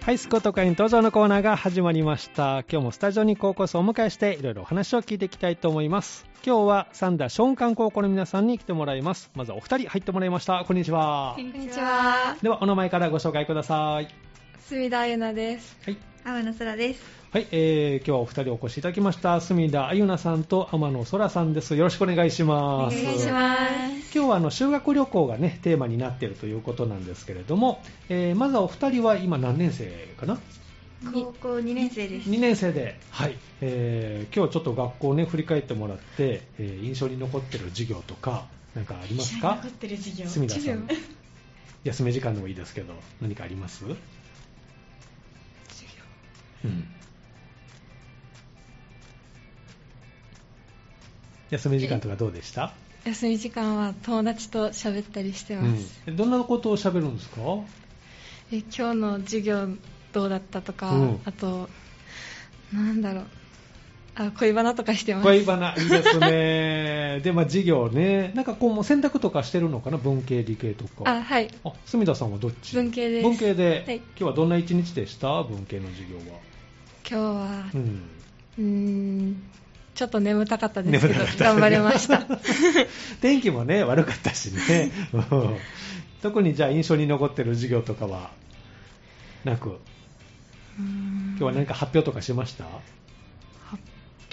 はい、スコット会に登場のコーナーが始まりました。今日もスタジオに高校生をお迎えして、いろいろお話を聞いていきたいと思います。今日は三田松漢高校の皆さんに来てもらいます。まずはお二人入ってもらいました。こんにちはこ。んこんににちちはは。では、お名前からご紹介ください。隅田ゆなです。。はい。天野空です。はい、えー、今日はお二人お越しいただきました。隅田あゆなさんと天野そらさんです。よろしくお願いします。お願いします今日はあの修学旅行がねテーマになっているということなんですけれども、えーまずはお二人は今何年生かな高校2年生です。 2年生で、はいえー今日ちょっと学校をね振り返ってもらって、えー印象に残ってる授業とか何かありますか残ってる授業。隅田さん授業休み時間でもいいですけど何かあります、うん、休み時間とかどうでした休み時間は友達と喋ったりしてます。うん、どんなことを喋るんですかえ今日の授業どうだったとか、うんあと、なんだろう。あ、恋バナとかしてます。恋バナ、いいですね。で、まあ、授業ね。なんかこう、もう選択とかしてるのかな文系、理系とか。あ、はい。あ、住田さんはどっち文系です文系で。はい今日はどんな一日でした文系の授業は。今日は、う。うんーん、ちょっと眠たかったですけど眠たかっ、た頑張れました。 天気もね、悪かったしね。うん特にじゃあ印象に残ってる授業とかはなく、今今日は何か発表とかしました発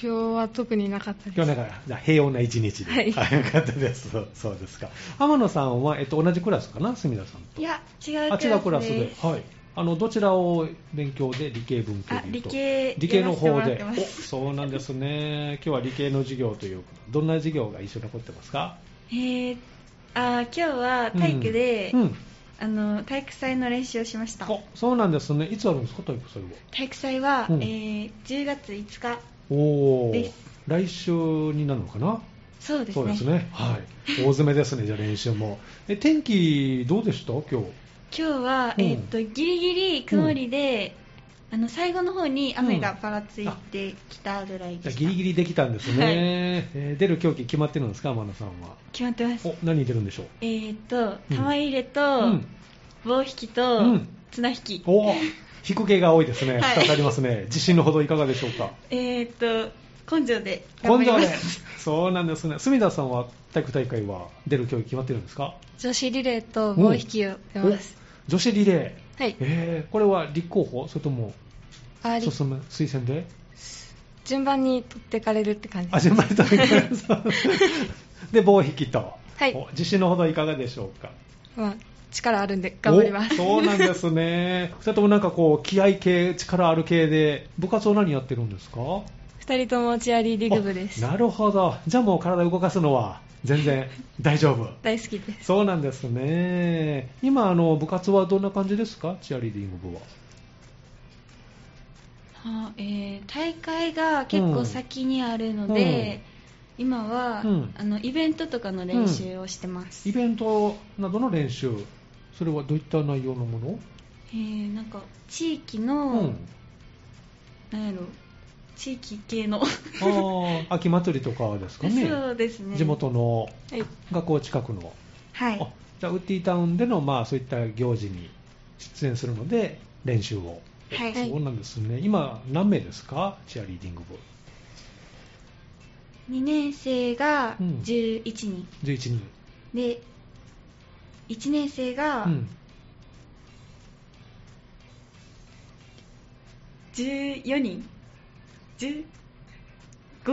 表は特になかったです。今日はなんか、じゃあ平穏な一日で。はいあよかったです。そうですか。天野さんは、えっと、同じクラスかな住田さんと。いや、違あうク違ラうスクラスでで、す。はい、あのどちらを勉強で理系文系でいうとあ理系理系の方やらせでてもらってますおそうなんですね今日は理系の授業ということどんな授業が一緒に残ってますかえー、あー今日は体育で、うんうんあの体育祭の練習をしました。おそうなんですねいつあるんですか体育祭は体育祭は、うんえー10月5日。おおです来週になるのかなそうですね。そうですねはい大詰めですねじゃあ練習もえ天気どうでした今日今日は、うんえーっとギリギリ曇りで、あの最後の方に雨がぱらついてきたぐらいじゃであした。ギリギリできたんですね、はいえー出る競技決まってるんですか天野さんは決まってます。お何に出るんでしょうえーっとうん玉入れと、うん棒引きと、うん綱引き。おお、引く系が多いですね。はい2つありますね。自信のほどいかがでしょうか。えーっと根性で頑張根性りまで。す。そうなんですね。隅田さんは体育大会は出る競技決まってるんですか。女子リレーと棒引きを出ます。お女子リレー。はい。えー、これは立候補それともあり進む推薦で？順番に取ってかれるって感じあ、順番に取り組みますで棒引きと。はいお自信のほどいかがでしょうか。まあ、力あるんで頑張りますおそうなんですね。それともなんかこう気合系、力ある系で部活を何やってるんですか？ 2人ともチアリーディング部ですあなるほど。じゃあもう体動かすのは全然大丈 夫。大好きですそうなんですね。今、あの、部活はどんな感じですかチアリーディング部は。は あえー大会が結構先にあるので、今は、うんあのイベントとかの練習をしてます、イベントなどの練習、それはどういった内容のものえーなんか地域うの、なんやろ地域系のああ、秋祭りとかですかね。 そうですね地元のはい学校近くの。はいあじゃあ、ウッディタウンでの、まあ、そういった行事に出演するので、練習を。はい、はいそうなんですね。今、何名ですかチアリーディング部。 2年生がうん11人、 11人。で1年生がうん。 14人、15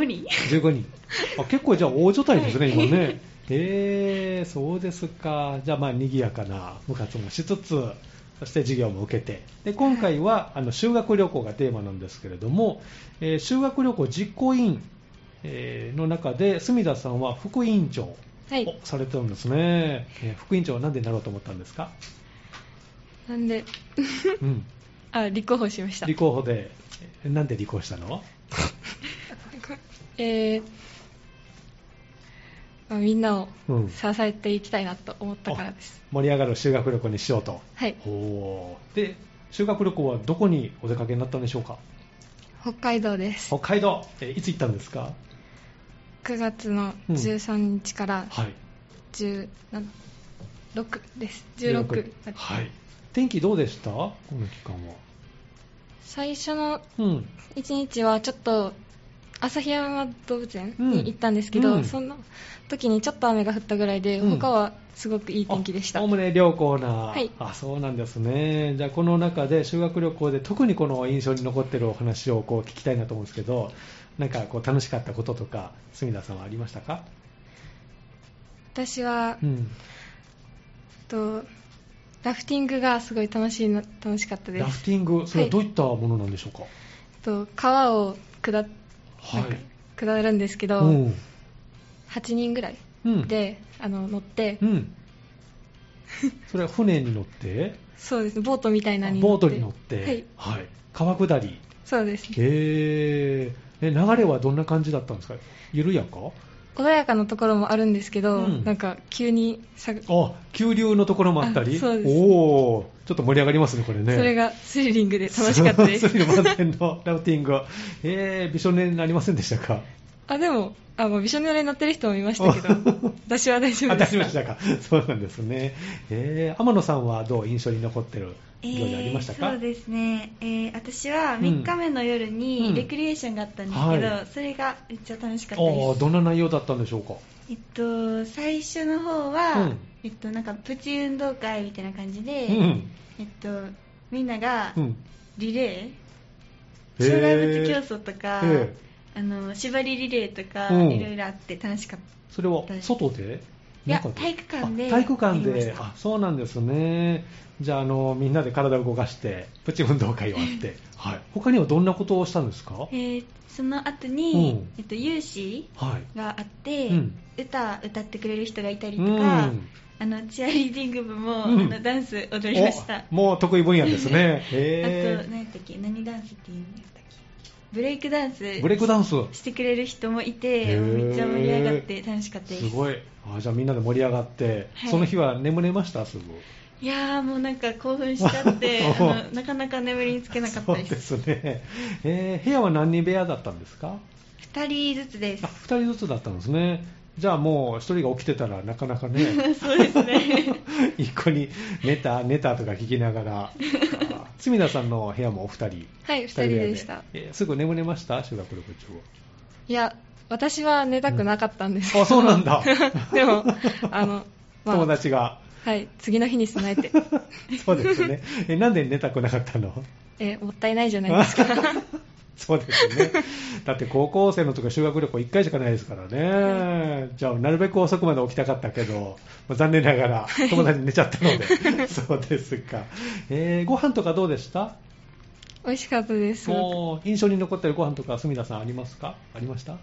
人15人あ結構じゃあ大所帯ですね、今ねへえそうですかじゃあまあ賑やかな部活もしつつそして授業も受けてで今回はあの修学旅行がテーマなんですけれども、えー修学旅行実行委員、えーの中で隅田さんは副委員長をはいされてるんですね、えー副委員長は何でなろうと思ったんですか、なんで うん、あ立候補しました立候補でえなんで立候補したのえーまあ、みんなをうん支えていきたいなと思ったからです、盛り上がる修学旅行にしようとはいおーで修学旅行はどこにお出かけになったんでしょうか北海道です北海道、えーいつ行ったんですか9月の13日からはい16です16まではい天気どうでしたこの期間は最初のうん。 1日はちょっと旭山動物園に行ったんですけうど、んうんその時にちょっと雨が降ったぐらいで、うん他はすごくいい天気でしたおおむね良好な、はいあそうなんですね、じゃあ、この中で修学旅行で特にこの印象に残ってるお話をこう聞きたいなと思うんですけど、なんかこう楽しかったこととか、隅田さんはありましたか、私は、うん、とラフティングがすごい楽しいな楽しかったでラすフティング、それはどういったものなんでしょうか。と川を下っはい、なんか下るんですけど、うん8人ぐらいうん、で、あの乗って、うん、それは船に乗って、そうですねボートみたいなのにボートに乗って、はいはい川下り、そうですねへーえ流れはどんな感じだったんですか、緩やか穏やかなところもあるんですけど、うんなんか急に下があ急流のところもあったり、あそうですおお、ちょっと盛り上がりますね、これね。それがスリリングで楽しかったで すスリル満点のラフティング、えー、びしょ濡れになりませんでした か。 あでもあもうびしょ濡れになってる人もいました けど私は大丈あ夫出でしすましたか。そうなんですね。えー、天野さんはどう印象に残ってる行事ありましたか。そうですね、えー私はうん3日目の夜うんにレクリエーションがあったんですけど、はいそれがめっちゃ楽しかったおでーすどんな内容だったんでしょうか。えっと、最初の方は、うんえっと、なんかプチ運動会みたいな感じで、うん、えっと、みんながうん、リレへー、ー障害物競争とか、ええあの縛りリレーとか、うんいろいろあって楽しかった。それは外で。いや中で体育館であ体育館やりまでし、たあ、そうなんですね。じゃあ、あの、みんなで体を動かして、プチ運動会をあって、はい。他にはどんなことをしたんですか。えーその後に、うんえっと、有志はい。があって、うん歌歌ってくれる人がいたりとうんか、あのチアリーディング部も、うんあのダンス踊りましたあおもう得意分野です ね。とへ何やったっけ何ダンスっていうんだったっけブレイクダンスーブレイクダンス。してくれる人もいへてーめっちゃ盛り上がって楽しかったですすごい。あじゃあみんなで盛り上がって、はいその日は眠れましたすぐ。いやーもうなんか興奮しちゃっ てあのなかなか眠りにつけなかったそうでですすね。えー部屋は何人部屋だったんですか2人ずつですあ、二人ずつだったんですね。じゃあもう一人が起きてたらなかなかね、 そうですね 一個に寝た、寝たとか聞きなが ら。隅田さんの部屋もお二人。はい2人でしたえーすぐ眠れました修学旅行中は。いや私は寝たくなかったんですけど、あ、そうなんだ。 でもあの、まあ友達が。はい次の日に備 えてそうですね。え、なんで寝たくなかったのえもったいないじゃないで すかそうですね。だって高校生の時は修学旅行1回しかないですからね。じゃあ、なるべく遅くまで起きたかったけど、まあ残念ながら友達に寝ちゃったので。そうですか。えー、ご飯とかどうでした美味しかったですすごくもう印象に残ってるご飯とか、隅田さんありますかありました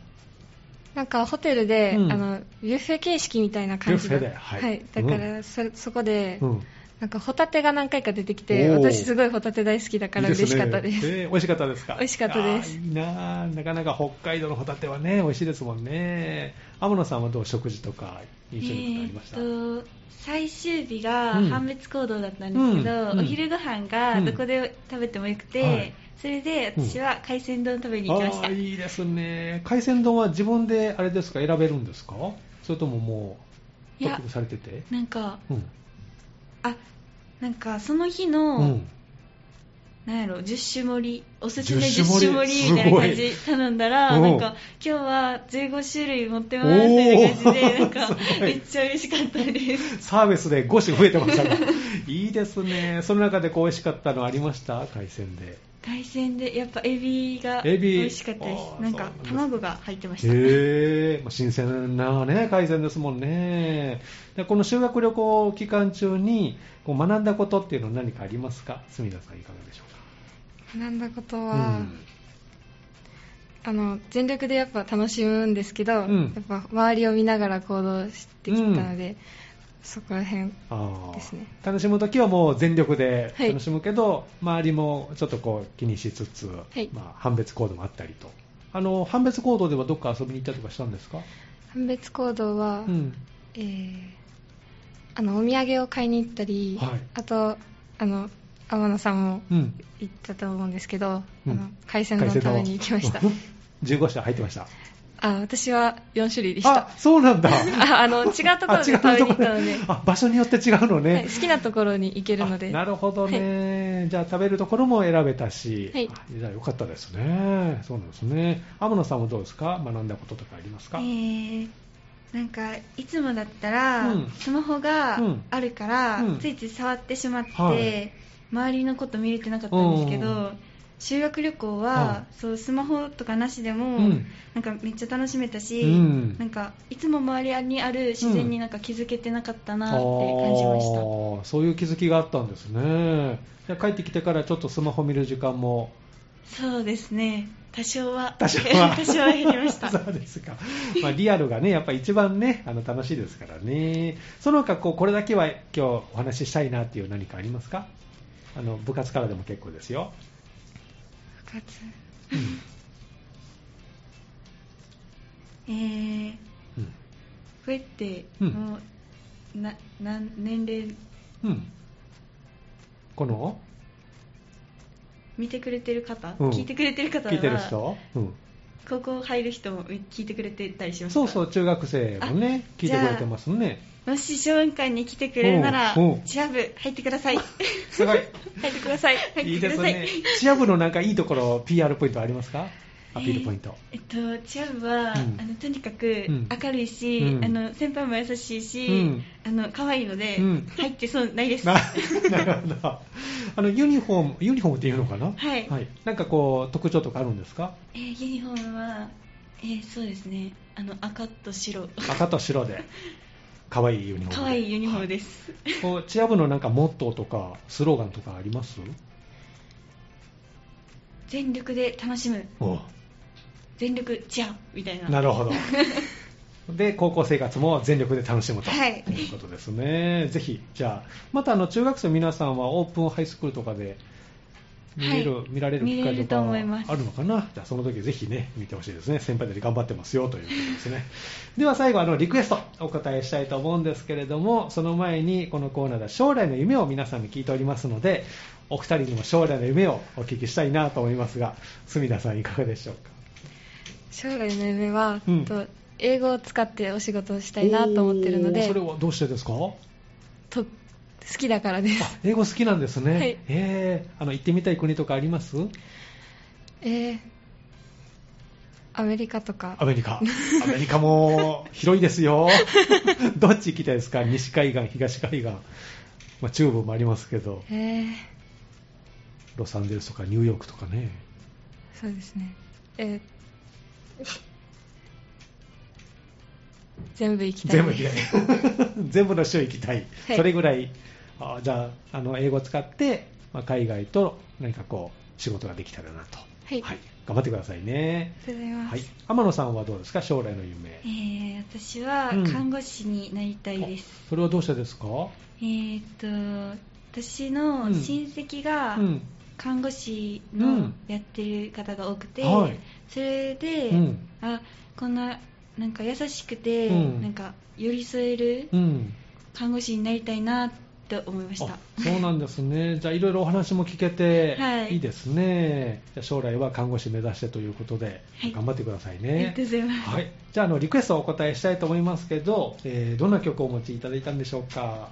なんかホテルで、うんあのビュッフェ形式みたいな感じビュッフェでははいい、だかうらそ,、そこで、うん。なんかホタテが何回か出てきておー私すごいホタテ大好きだからいいすね嬉しかったですえー美味しかったですか美味しかったですあーいいなあなかなか北海道のホタテはね、美味しいですもんね。天野さんはどう食事とか印象に残ってありました、えーっと最終日がうん判別行動だったんですけど、うんうんお昼ご飯がどこで食べてもよくて、はいそれで私は海鮮丼食べに行きました、あーいいですね海鮮丼は自分であれですか選べるんですかそれとももういやトッピングされててなんかうんあなんかその日うの、んなんやろ10種盛りおすすめ10 10種種盛盛りりみたいな感すごいじ頼んだらうんなんか今日は15種類持ってますみたいな感じでおなーん かすごいめっちゃ嬉しかったですサービスで5種増えてました がいいですねその中でこう美味しかったのありました海鮮で海鮮でやっぱエビがエ美ビ味しかったであーすなんそかうなんです卵が入ってましへたえまあ新鮮な、ね、海鮮ですもんねでこの修学旅行期間中にこう学んだことっていうのは何かありますか住田さんいかがでしょ学んだことうかは、あの全力でやっぱ楽しむんですけど、うんやっぱ周りを見ながら行動してきたので、そこら辺あーですね楽しむときはもう全力ではい楽しむけど、周りもちょっとこう気にしつつ、いまあ、判別行動もあったりとあの判別行動ではどっか遊びに行ったりとかしたんですか、判別行動は、うん、えーあのお土産を買いに行ったり、はいあとあの天野さんもうん、行ったと思うんですけど、うん あの海鮮丼食べに行きました海鮮丼15社入ってましたあ あ、私は4種類でした。あ、そうなんだ。あ あの違うところであ食違べうに行ったのでところあ場所によって違うのね。はい、好きなところに行けるのであなるほどね、じゃあ食べるところも選べたし、はいあじゃあよかったですね、そうなんですね、天野さんはどうですか、学んだこととかありますか、えーなんかいつもだったら、うんスマホがうんあるから、うんついつい触ってしまって、はい周りのこと見れてなかったんですけど、うん修学旅行は、はそうスマホとかなしでも、うんなんかめっちゃ楽しめたし、うんなんかいつも周りにある自然になんか気づけてなかったなって感じました、あーそういう気づきがあったんですね、じゃあ帰ってきてからちょっとスマホ見る時間もそうですね多少は多少は 多少は減りました そうですか、まあ、リアルがねやっぱ一番ねあの楽しいですからねその他こうこれだけは今日お話ししたいなっていう何かありますかあの部活からでも結構ですよ、部活うん えー、こうんれって、うんもうななん年齢うん、この見てくれてる方、うん聞いてくれてる方は聞いてる人、うん、高校入る人も聞いてくれてたりしますかそうそう中学生もねあ聞いてくれてますねもし小雲館に来てくれるならうんうんチア部入ってく ださい入すごいってください入ってくださいいいですねチア部のなんかいいところ PR ポイントありますかアピールポイント、えっと、チア部は、うんあのとにかくうん明るいし、うんあの先輩も優しいし、うんあの可愛いので、うん入ってそうないで す。ななるほどあのユニフォームユニフォームっていうのかなはいなんかこう特徴とかあるんですかえーユニフォームは、えーそうですね、あの赤と白、赤と白で可愛いユニフォーム可愛いユニフォームです。すこうチア部のなんかモットーとかスローガンとかあります全力で楽しむ、お全力チアみたいな。 なるほど。で、高校生活も全力で楽しむと、はいいうことですね。ぜひ、じゃあ、またあの中学生の皆さんはオープンハイスクールとかで見れる、はい見られる機見会れとるとか思いますあるのかなじゃあ、その時ぜひね、見てほしいですね。先輩たち頑張ってますよということですね。では最後、あの、リクエストお答えしたいと思うんですけれども、その前にこのコーナーでは将来の夢を皆さんに聞いておりますので、お二人にも将来の夢をお聞きしたいなと思いますが、隅田さんいかがでしょうか将来の夢は、うんと英語を使ってお仕事をしたいなと思ってるのおーでそれはどうしてですかあと好きだからです英語好きなんですね、はいえーあの行ってみたい国とかありますえーアメリカとかアメリ カアメリカも広いです よどっち行きたいですか西海岸東海岸、まあ、中部もありますけどえーロサンゼルスとかニューヨークとかねそうですねえー 全部行きたい全部行きたい 全部の州行きたい、はいそれぐらいあじゃああの英語を使って、まあ、海外と何かこう仕事ができたらなと、はい頑張ってくださいねありがとうございます、はい、天野さんはどうですか、将来の夢。 えー私はうん看護師になりたいです。あそれはどうしてですか、えーっと私の親戚がうん看護師うのんやってる方が多くて、はいそれで、うんあこんななんか優しくて、うんなんか寄り添えるうん、看護師になりたいなって思いましたあそうなんですね、 じゃあ、いろいろお話も聞けて、はい、いいですね、じゃあ将来は看護師目指してということで、はい頑張ってくださいありがねと。うございます、はい、じゃああの、リクエストをお答えしたいと思いますけど、えーどんな曲をお持ちいただいたんでしょうか。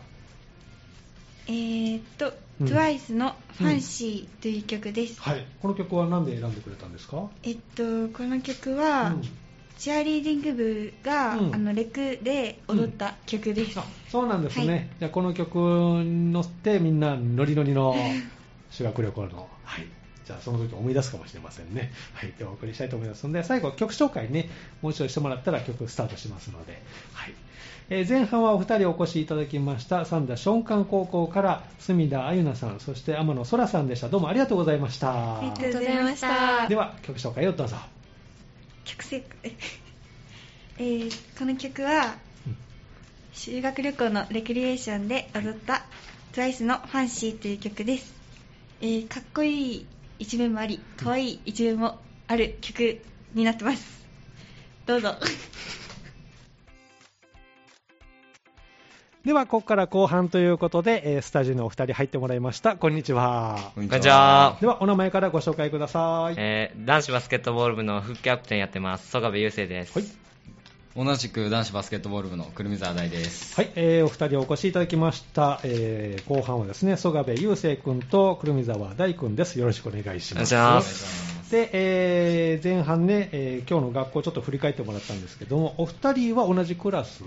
えーっと、うん TWICE の「ファンシーという曲です、はい、この曲は何で選んでくれたんですか、えっとこの曲は、うんチアリーディング部が、うんあのレクで踊った曲です、あそうなんですね、はいじゃあこの曲に乗ってみんなノリノリの修学旅行の、はい、じゃあその時思い出すかもしれませんね、はい、ではお送りしたいと思いますので最後曲紹介ねもう一度してもらったら曲スタートしますので、はいえー前半はお二人お越しいただきました三田松漢高校から隅田あゆなさんそして天野そらさんでしたどうもありがとうございましたありがとううごござざいいままししたたでは曲紹介をどうぞ、曲せ えーこの曲はうん修学旅行のレクリエーションで踊った TWICE の「ファンシーという曲です、えーかっこいい一面もありかわいい一面もある曲になってますどうぞでは、ここから後半ということで、えースタジオのお二人入ってもらいました。こんにちは。こんにちはで。は、お名前からご紹介ください。えー男子バスケットボール部の副キャプテンやってます、曽我部雄星です。はい同じく男子バスケットボール部のくるみ沢大です。はい、えーお二人お越しいただきました。えー後半はですね、曽我部雄星君とくるみざわ大君です。よろしくお願いします。お願いしで、えー前半ね、えー今日の学校ちょっと振り返ってもらったんですけども、お二人は同じクラス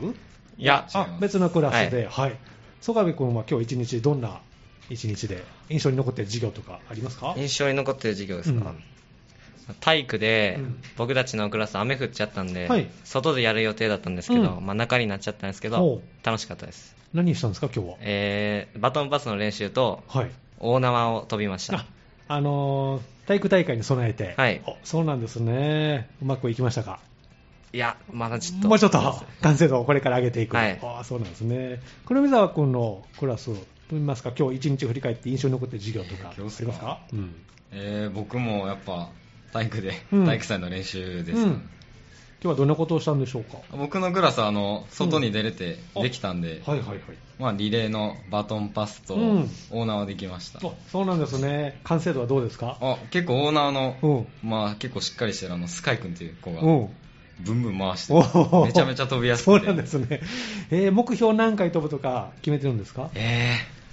いや、違いまあす、別のクラスで、はい。曽我部君は今日一日どんな一日で印象に残っている授業とかありますか印象に残ってる授業ですか、うん体育でうん僕たちのクラス雨降っちゃったんで、はい外でやる予定だったんですけど、うんまあ、中になっちゃったんですけおどう楽しかったです、何したんですか今日は。えーバトンパスの練習とはい。大縄を飛びましたあ、あのー体育大会に備えて。はいおそうなんですね。うまくいきましたかいやまだちょっともうちょっと完成度をこれから上げていく、はいああそうなんですね黒見沢君のクラスをといいますか今日一日振り返って印象に残ってる授業とかあり今ま日っすすかか、うんえー僕もやっぱ体育で、うん体育祭の練習です、うん今日はどんなことをしたんでしょうか僕のクラスはあの外に出れてできたんで、はいはいはいまあ、リレーのバトンパスとうんオーナーはできました、あそうなんですね完成度はどうですかあ結構オーナーの、うんまあ、結構しっかりしてるあのスカイ君っていう子がうんブンブン回しておーめちゃめちゃ飛びやすそうくてなんですね、えー目標何回飛ぶとか決めてるんですかえー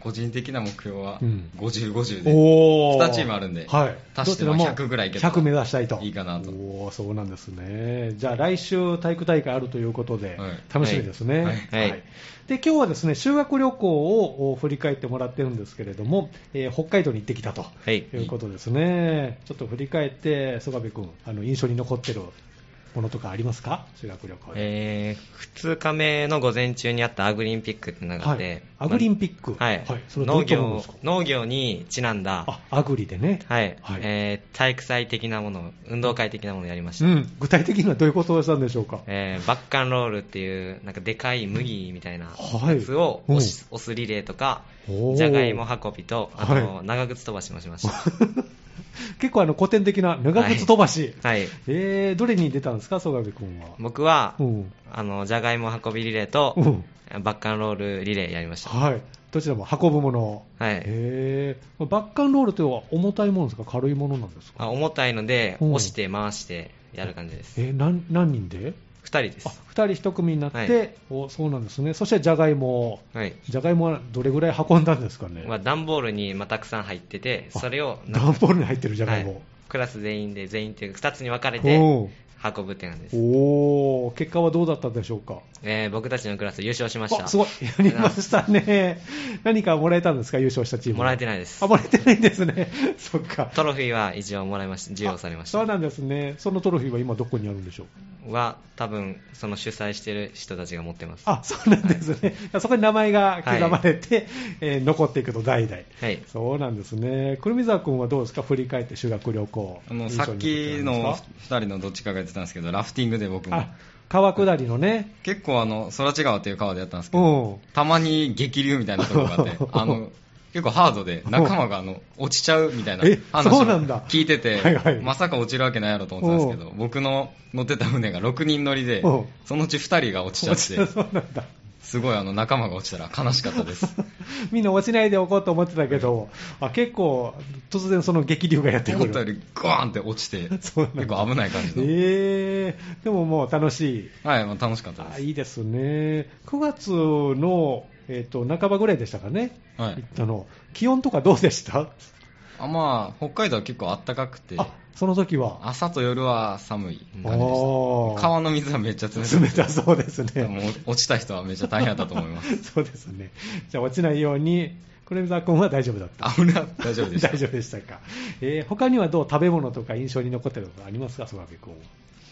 個人的な目標はうん5050、50でお2チームあるんではい、足してまあどちらも100ぐらいいけたら100目指したいといいかなとおーそうなんですねじゃあ来週体育大会あるということで、はい楽しみですね、はいはいで今日はですね修学旅行をお振り返ってもらってるんですけれども、えー北海道に行ってきたとはいいうことですね、ちょっと振り返って曽我部君あの印象に残ってるものとかありますか修学旅行で、えー、2日目の午前中にあったアグリンピックってのがあっはてい、アグリンッピック、はい、それはどう農いったもので業すか農業にちなんだあ、アグリでね、はいはいえー体育祭的なもの運動会的なものをやりましうた、ん、具体的にはどういうことをしたんでしょうか、えーバッカンロールっていうなんかでかい麦みたいなはいやつを押し押すリレーとかおーじゃがいも運びとあはと長靴飛ばしもしました 結構あの古典的な長靴飛ばし、はいえー、どれに出たんですか、曽我部君は。僕はうんあのじゃがいも運びリレーとうんバッカンロールリレーやりましたはい、どちらも運ぶもの、はいえー、バッカンロールというのは重たいものですか、軽いものなんですか、あ重たいのでうん押して回してやる感じですえー、なん何人で2人であす2人1組になって、はいおそうなんですね、そしてじゃがいも、はいじゃがいもはどれぐらい運んだんですかね、まあ段ボールにまあたくさん入っててそれをなんか段ボールに入ってるじゃがいも。はいクラス全員で全員というか2つに分かれてうん運ぶって感じです、おー結果はどうだったんでしょうか。えー僕たちのクラス優勝しましたあすごい、やりましたね。何かもらえたんですか、優勝したチーム。もらえていないですあ、もらえてないんですね。 そっか。トロフィーは一応もらいました授与されましそうたなんですね。そのトロフィーは今どこにあるんでしょうは多分その主催してる人たちが持ってますあ、そうなんですね。そこに名前が刻まれて、えー残っていくと代々。はいそうなんですね。くるみざわ君はどうですか振り返って修学旅行。あの印さ象っに残ってきるんでのすか2人のどっちかが言ってたんですけどラフティングで僕もあ、川下りのね。結構あの空知川っていう川でやったんですけうど、ん。たまに激流みたいなところがあって あの結構ハードで仲間があの落ちちゃうみたいなえ話をそうなんだ聞いててはいはいまさか落ちるわけないやろと思ってたんですけど僕の乗ってた船が6人乗りでうんそのうち2人が落ちちゃっ てそうなんだ。すごいあの仲間が落ちたら悲しかったです みんな落ちないでおこうと思ってたけど、あ結構、突然その激流がやってく思ったよる。りゴーンって落ちて結 そうなんだ構危ない感じの、えー、でももう楽しい。はいまあ楽しかったであすいいですね。9月の、えっと半ばぐらいでしたかね。はい行ったの。気温とかどうでしたあまあ北海道は結構暖かくてあ、その時は。朝と夜は寒い感じでしたおー川の水はめっちゃ冷たい冷たそうですね。もう落ちた人はめっちゃ大変だったと思い ます。そうですね。じゃあ落ちないように、黒部沢君は大丈夫だった。あ、俺は大丈夫でした。大丈夫でしたか。えー他にはどう食べ物とか印象に残ってるのがありますか、曽我部君。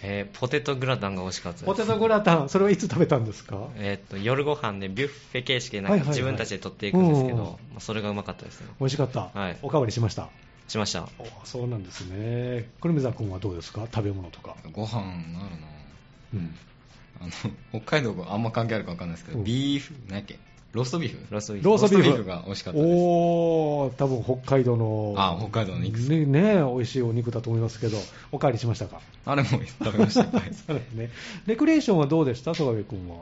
えーポテトグラタンが美味しかったですポテトグラタン、それはいつ食べたんですかえーっと夜ご飯でビュッフェ形式ではないはいんかはい自分たちで取っていくんですけど、うんまあそれがうまかったですね美味しかった。はいおかわりしました。しましたおそうなんですね。黒部沢君はどうですか食べ物とか。ご飯なるなうん。あの、北海道があんま関係あるかわかんないですけうど、んビーフ、何やっけローストビーフローストビーフローストビーフローストビーフが美味しかったです。おー、多分北海道の。あ北海道の肉ですね。ね美味しいお肉だと思いますけど、おかわりしましたかあれも食べました、いっぱいそうですね。レクリエーションはどうでした曽我部君は。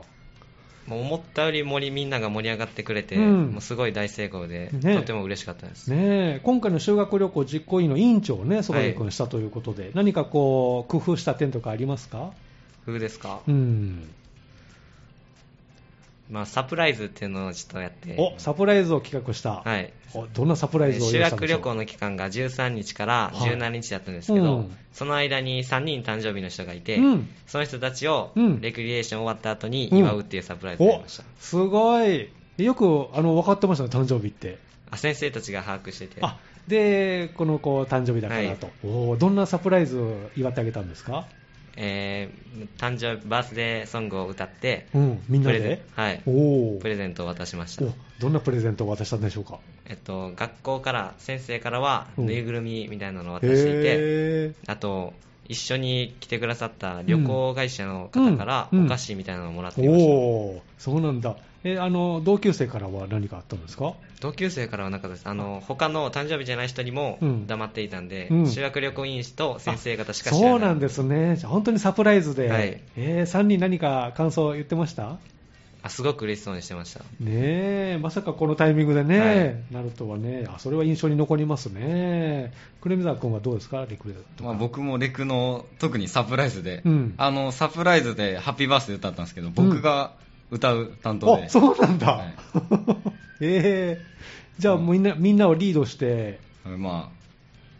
もう思ったより盛りみんなが盛り上がってくれて、うんもうすごい大成功で、ねとても嬉しかったです、ねえ今回の修学旅行実行委員の委員長をね、曽我君したということで、何かこう、工夫した点とかありますか風ですか、うん。まあ、サプライズっていうのをちょっとやってお、サプライズを企画した。はいおどんなサプライズを修用意したんで学しょ旅う行の期間が13日から17日だったんですけはいど、うんその間に3人誕生日の人がいて、うんその人たちをうんレクリエーション終わった後に祝うっていうサプライズをやりおました、すごい。よく、あの、分かってましたね、誕生日って。あ先生たちが把握しててあ、で、この子誕生日だからと。おおどんなサプライズを祝ってあげたんですかえー誕生日バースデーソングを歌って、うん、みんなプレゼでン。はいおおプレゼントを渡しましたおどんなプレゼントを渡したんでしょうかえっと、学校から先生からはうんぬいぐるみみたいなのを渡していて、へあと一緒に来てくださった旅行会社の方からうんうんお菓子みたいなのをもらってーいました、おーそうなんだえあの同級生からは何かあったんですか同級生からはなかったですあの他の誕生日じゃない人にもうん黙っていたんで、うん修学旅行委員と先生方しか知らないそうなんですねじゃあ本当にサプライズで、はいえ3人何か感想言ってましたあすごく嬉しそうにしてましたねえまさかこのタイミングでね、なるとはねあそれは印象に残りますねクレミザー君はどうですかリクレとか、まあ、僕もレクの特にサプライズで、うんあのサプライズで「ハッピーバースデー」歌ったんですけど僕が歌う担当で、あそうなんだ、はい えーじゃあみんなみんなをリードしてまあ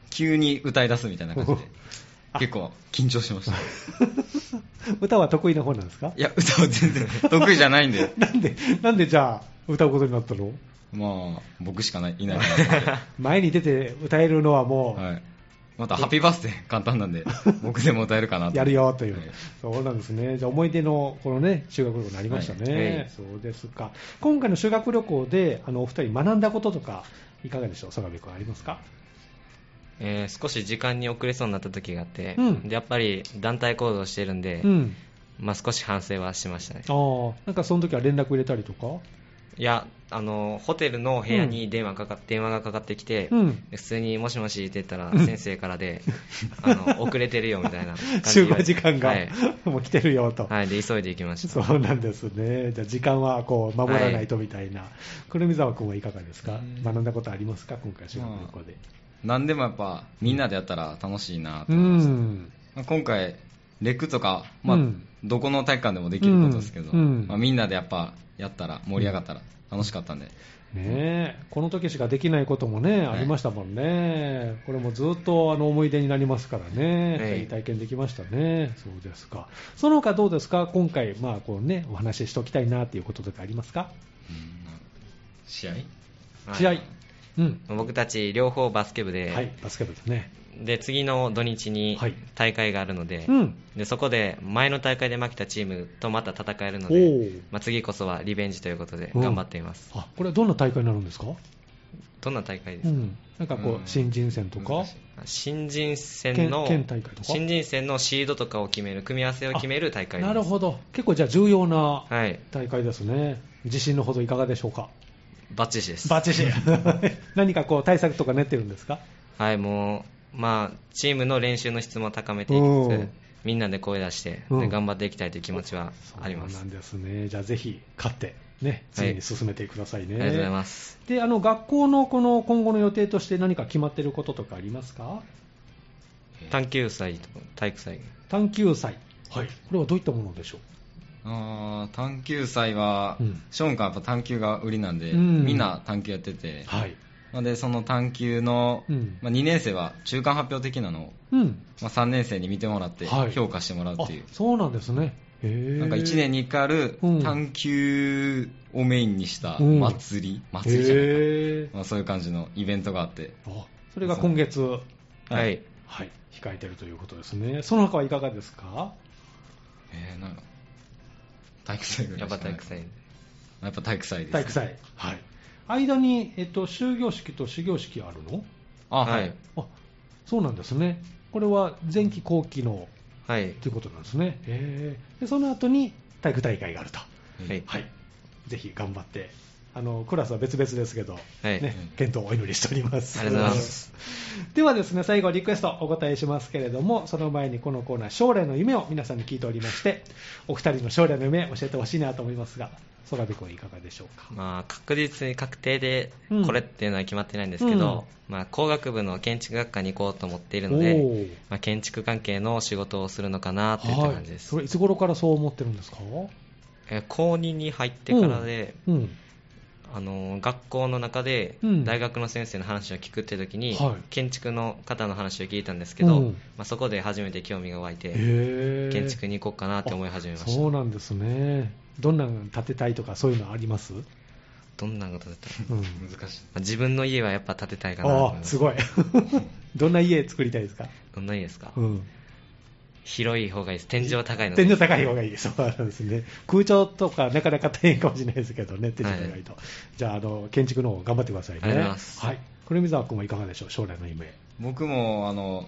急に歌い出すみたいな感 じであ結構緊張しました歌は得意な方なんですかいや歌は全然得意じゃないんでなんで、なんでじゃあ、歌うことになったのまあ僕しかないいないかなと思って前に出て歌えるのはもはい、また「ハッピーバースデー」簡単なんで僕でも歌えるかなう、とやるよという、はいそうなんですね、じゃあ、思い出のこのね、修学旅行になりましたね、はいはいそうですか、今回の修学旅行で、あのお二人、学んだこととか、いかがでしょう、相模君、ありますかえー少し時間に遅れそうになった時があって、うんでやっぱり団体行動してるんで、うん、まあ、少し反省はしましたねあーなんかその時は連絡入れたりとか、いやあのホテルの部屋に電話かか、電話がかかってきて、うん普通にもしもしって言ったらうん先生からで、あの遅れてるよみたいな感じ集で言わ合れて時間が、はい、 もう来てるよと。はい、で急いで行きましたそうなんですね。じゃあ時間はこう守らないとみたいな。くるみざわ君はいかがですかうん学んだことありますか今回修学旅行で。何でもやっぱみんなでやったら楽しいなとう思いました、ん。まあ今回レクとか、まあうんどこの体育館でもできることですけど、うんうんまあ、みんなでやっぱやったら盛り上がったら楽しかったんで、ねえ、この時しかできないこともね、はいありましたもんね。これもずっとあの思い出になりますからね。はいいい体験できましたね。そうですか。その他どうですか今回、まあこうね、お話ししておきたいなっていうこととかありますかうんなんか試合はい試合。うん。僕たち両方バスケ部で,、はい、バスケ部ですね。で次の土日にはい大会があるので,、うん。でそこで前の大会で負けたチームとまた戦えるのおで、ーまあ、次こそはリベンジということでうん頑張っています、あ、これはどんな大会になるんですかどんな大会でうすか、ん。なんかこうんう、新人戦とか難しい。新人戦の県県大会とか新人戦のシードとかを決める組み合わせを決める大会ですなるほど。結構じゃあ重要なはい大会ですね。自信のほどいかがでしょうかバッチシですバチシ 何かこう対策とか練ってるんですかはいもうまあチームの練習の質も高めていきうつんつみんなで声出して、うんで頑張っていきたいという気持ちはありまそうすなんですね。じゃあぜひ勝って、ね、次に進めてくださいあね。りがとうございますで、あの、学校のこの今後の予定として何か決まってることとかありますか探求祭と体育祭探求祭。はい。これはどういったものでしょあー探求祭は、うんショーンがやっぱ探求が売りなんで、うんみんな探求やってうて、はい。まあでその探求の、うんまあ、2年生は中間発表的なのを、うん。まあ、3年生に見てもらってはい評価してもらうっあていう、、そうなんですね。へーなんか1年に1回あるうん探求をメインにしたうん祭り、祭りじゃないか、へーまあ、そういう感じのイベントがあってあそれが今月、はい、はい、控えてるということですね。その他はいかがですかえー、なんか体育祭ぐらいやっしかぱない体育祭やっぱ体育祭です体育祭。はい。間に、えっと、終業式と始業式あるのあはい、はいあ、そうなんですね。これは前期後期のはいということなんですね。へーで、その後に体育大会があると。はいはい。ぜひ頑張ってあのクラスは別々ですけど、はいね、検討をお祈りしております。ありがとうございます。ではですね、最後リクエストお答えしますけれども、その前にこのコーナー、将来の夢を皆さんに聞いておりまして、お二人の将来の夢教えてほしいなと思いますが、空部君いかがでしょうか。まあ、確実に確定でうんこれっていうのは決まってないんですけど、まあ、工学部の建築学科に行こうと思っているのおで、ーまあ、建築関係の仕事をするのかなっていったは感じい。です、それいつ頃からそう思ってるんですかえー高2に入ってからで、うん。あのー学校の中でうん大学の先生の話を聞くって時に、はい建築の方の話を聞いたんですけど、うんまあ、そこで初めて興味が湧いてへー建築に行こうかなって思い始めましそたうなんですね。どんなの建てたいとかそういうのあります、うどんなことだったら、まん、難しい。あ自分の家はやっぱ建てたいかなと思いああ、ますすごい。 どんな家作りたいですか、どんな家ですか、うん、広い方がいいです天井高いの天井高い方がいい。そうなんですね。空調とかなかなか大変かもしれないですけどね、天井高いと。じゃあ、あの、建築の方頑張ってくださいね。ありがとうございますはい。これ水沢君はいかがでしょう将来の夢。僕も、あの、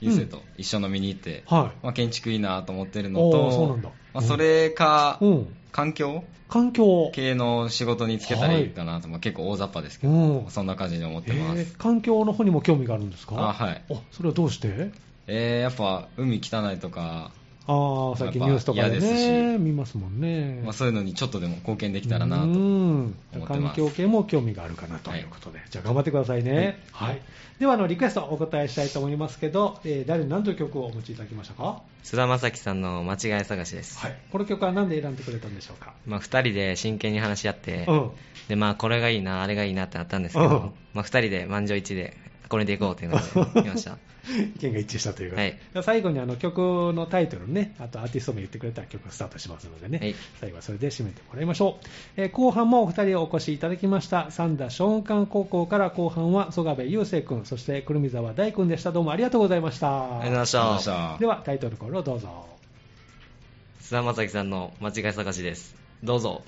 ゆうせいと一緒の見に行って、はまあ、建築いいなと思ってるのおと、ーそうなんだまあ、それか、い。うん。環境環境。系の仕事につけたらいいかなと、まあ、結構大雑把ですけど、うんそんな感じに思ってえます。ー環境の方にも興味があるんですかあはい。あ、それはどうしてえーやっぱ海汚いとか、ああ、最近ニュースとかでやっぱ嫌でね、すし見ますもんね。まあ、そういうのにちょっとでも貢献できたらなと。うん思ってます環境系も興味があるかなということで、じゃあ頑張ってくださいね、はいではあのリクエストお答えしたいと思いますけど、えー誰に何という曲をお持ちいただきましたか、菅田将暉さんの間違い探しです、はい、この曲は何で選んでくれたんでしょうか、まあ、2人で真剣に話し合って、うん、でまあ、これがいいなあれがいいなってなったんですけど、うんまあ、2人で満場一致でこれでいこうっていうので来ました 意見が一致したということはで、じいゃあ最後にあの曲のタイトルねあとアーティストも言ってくれたら曲スタートしますのでね、はい最後はそれで締めてもらいましょう、えー後半もお二人お越しいただきました三田松漢高校から後半は曽我部雄星君そして久留美沢大君でしたどうもありがとうございましたありがとうございましたあでりがとうございまはタイトルコールをどうぞ菅田将暉さんの間違い探しですどうぞ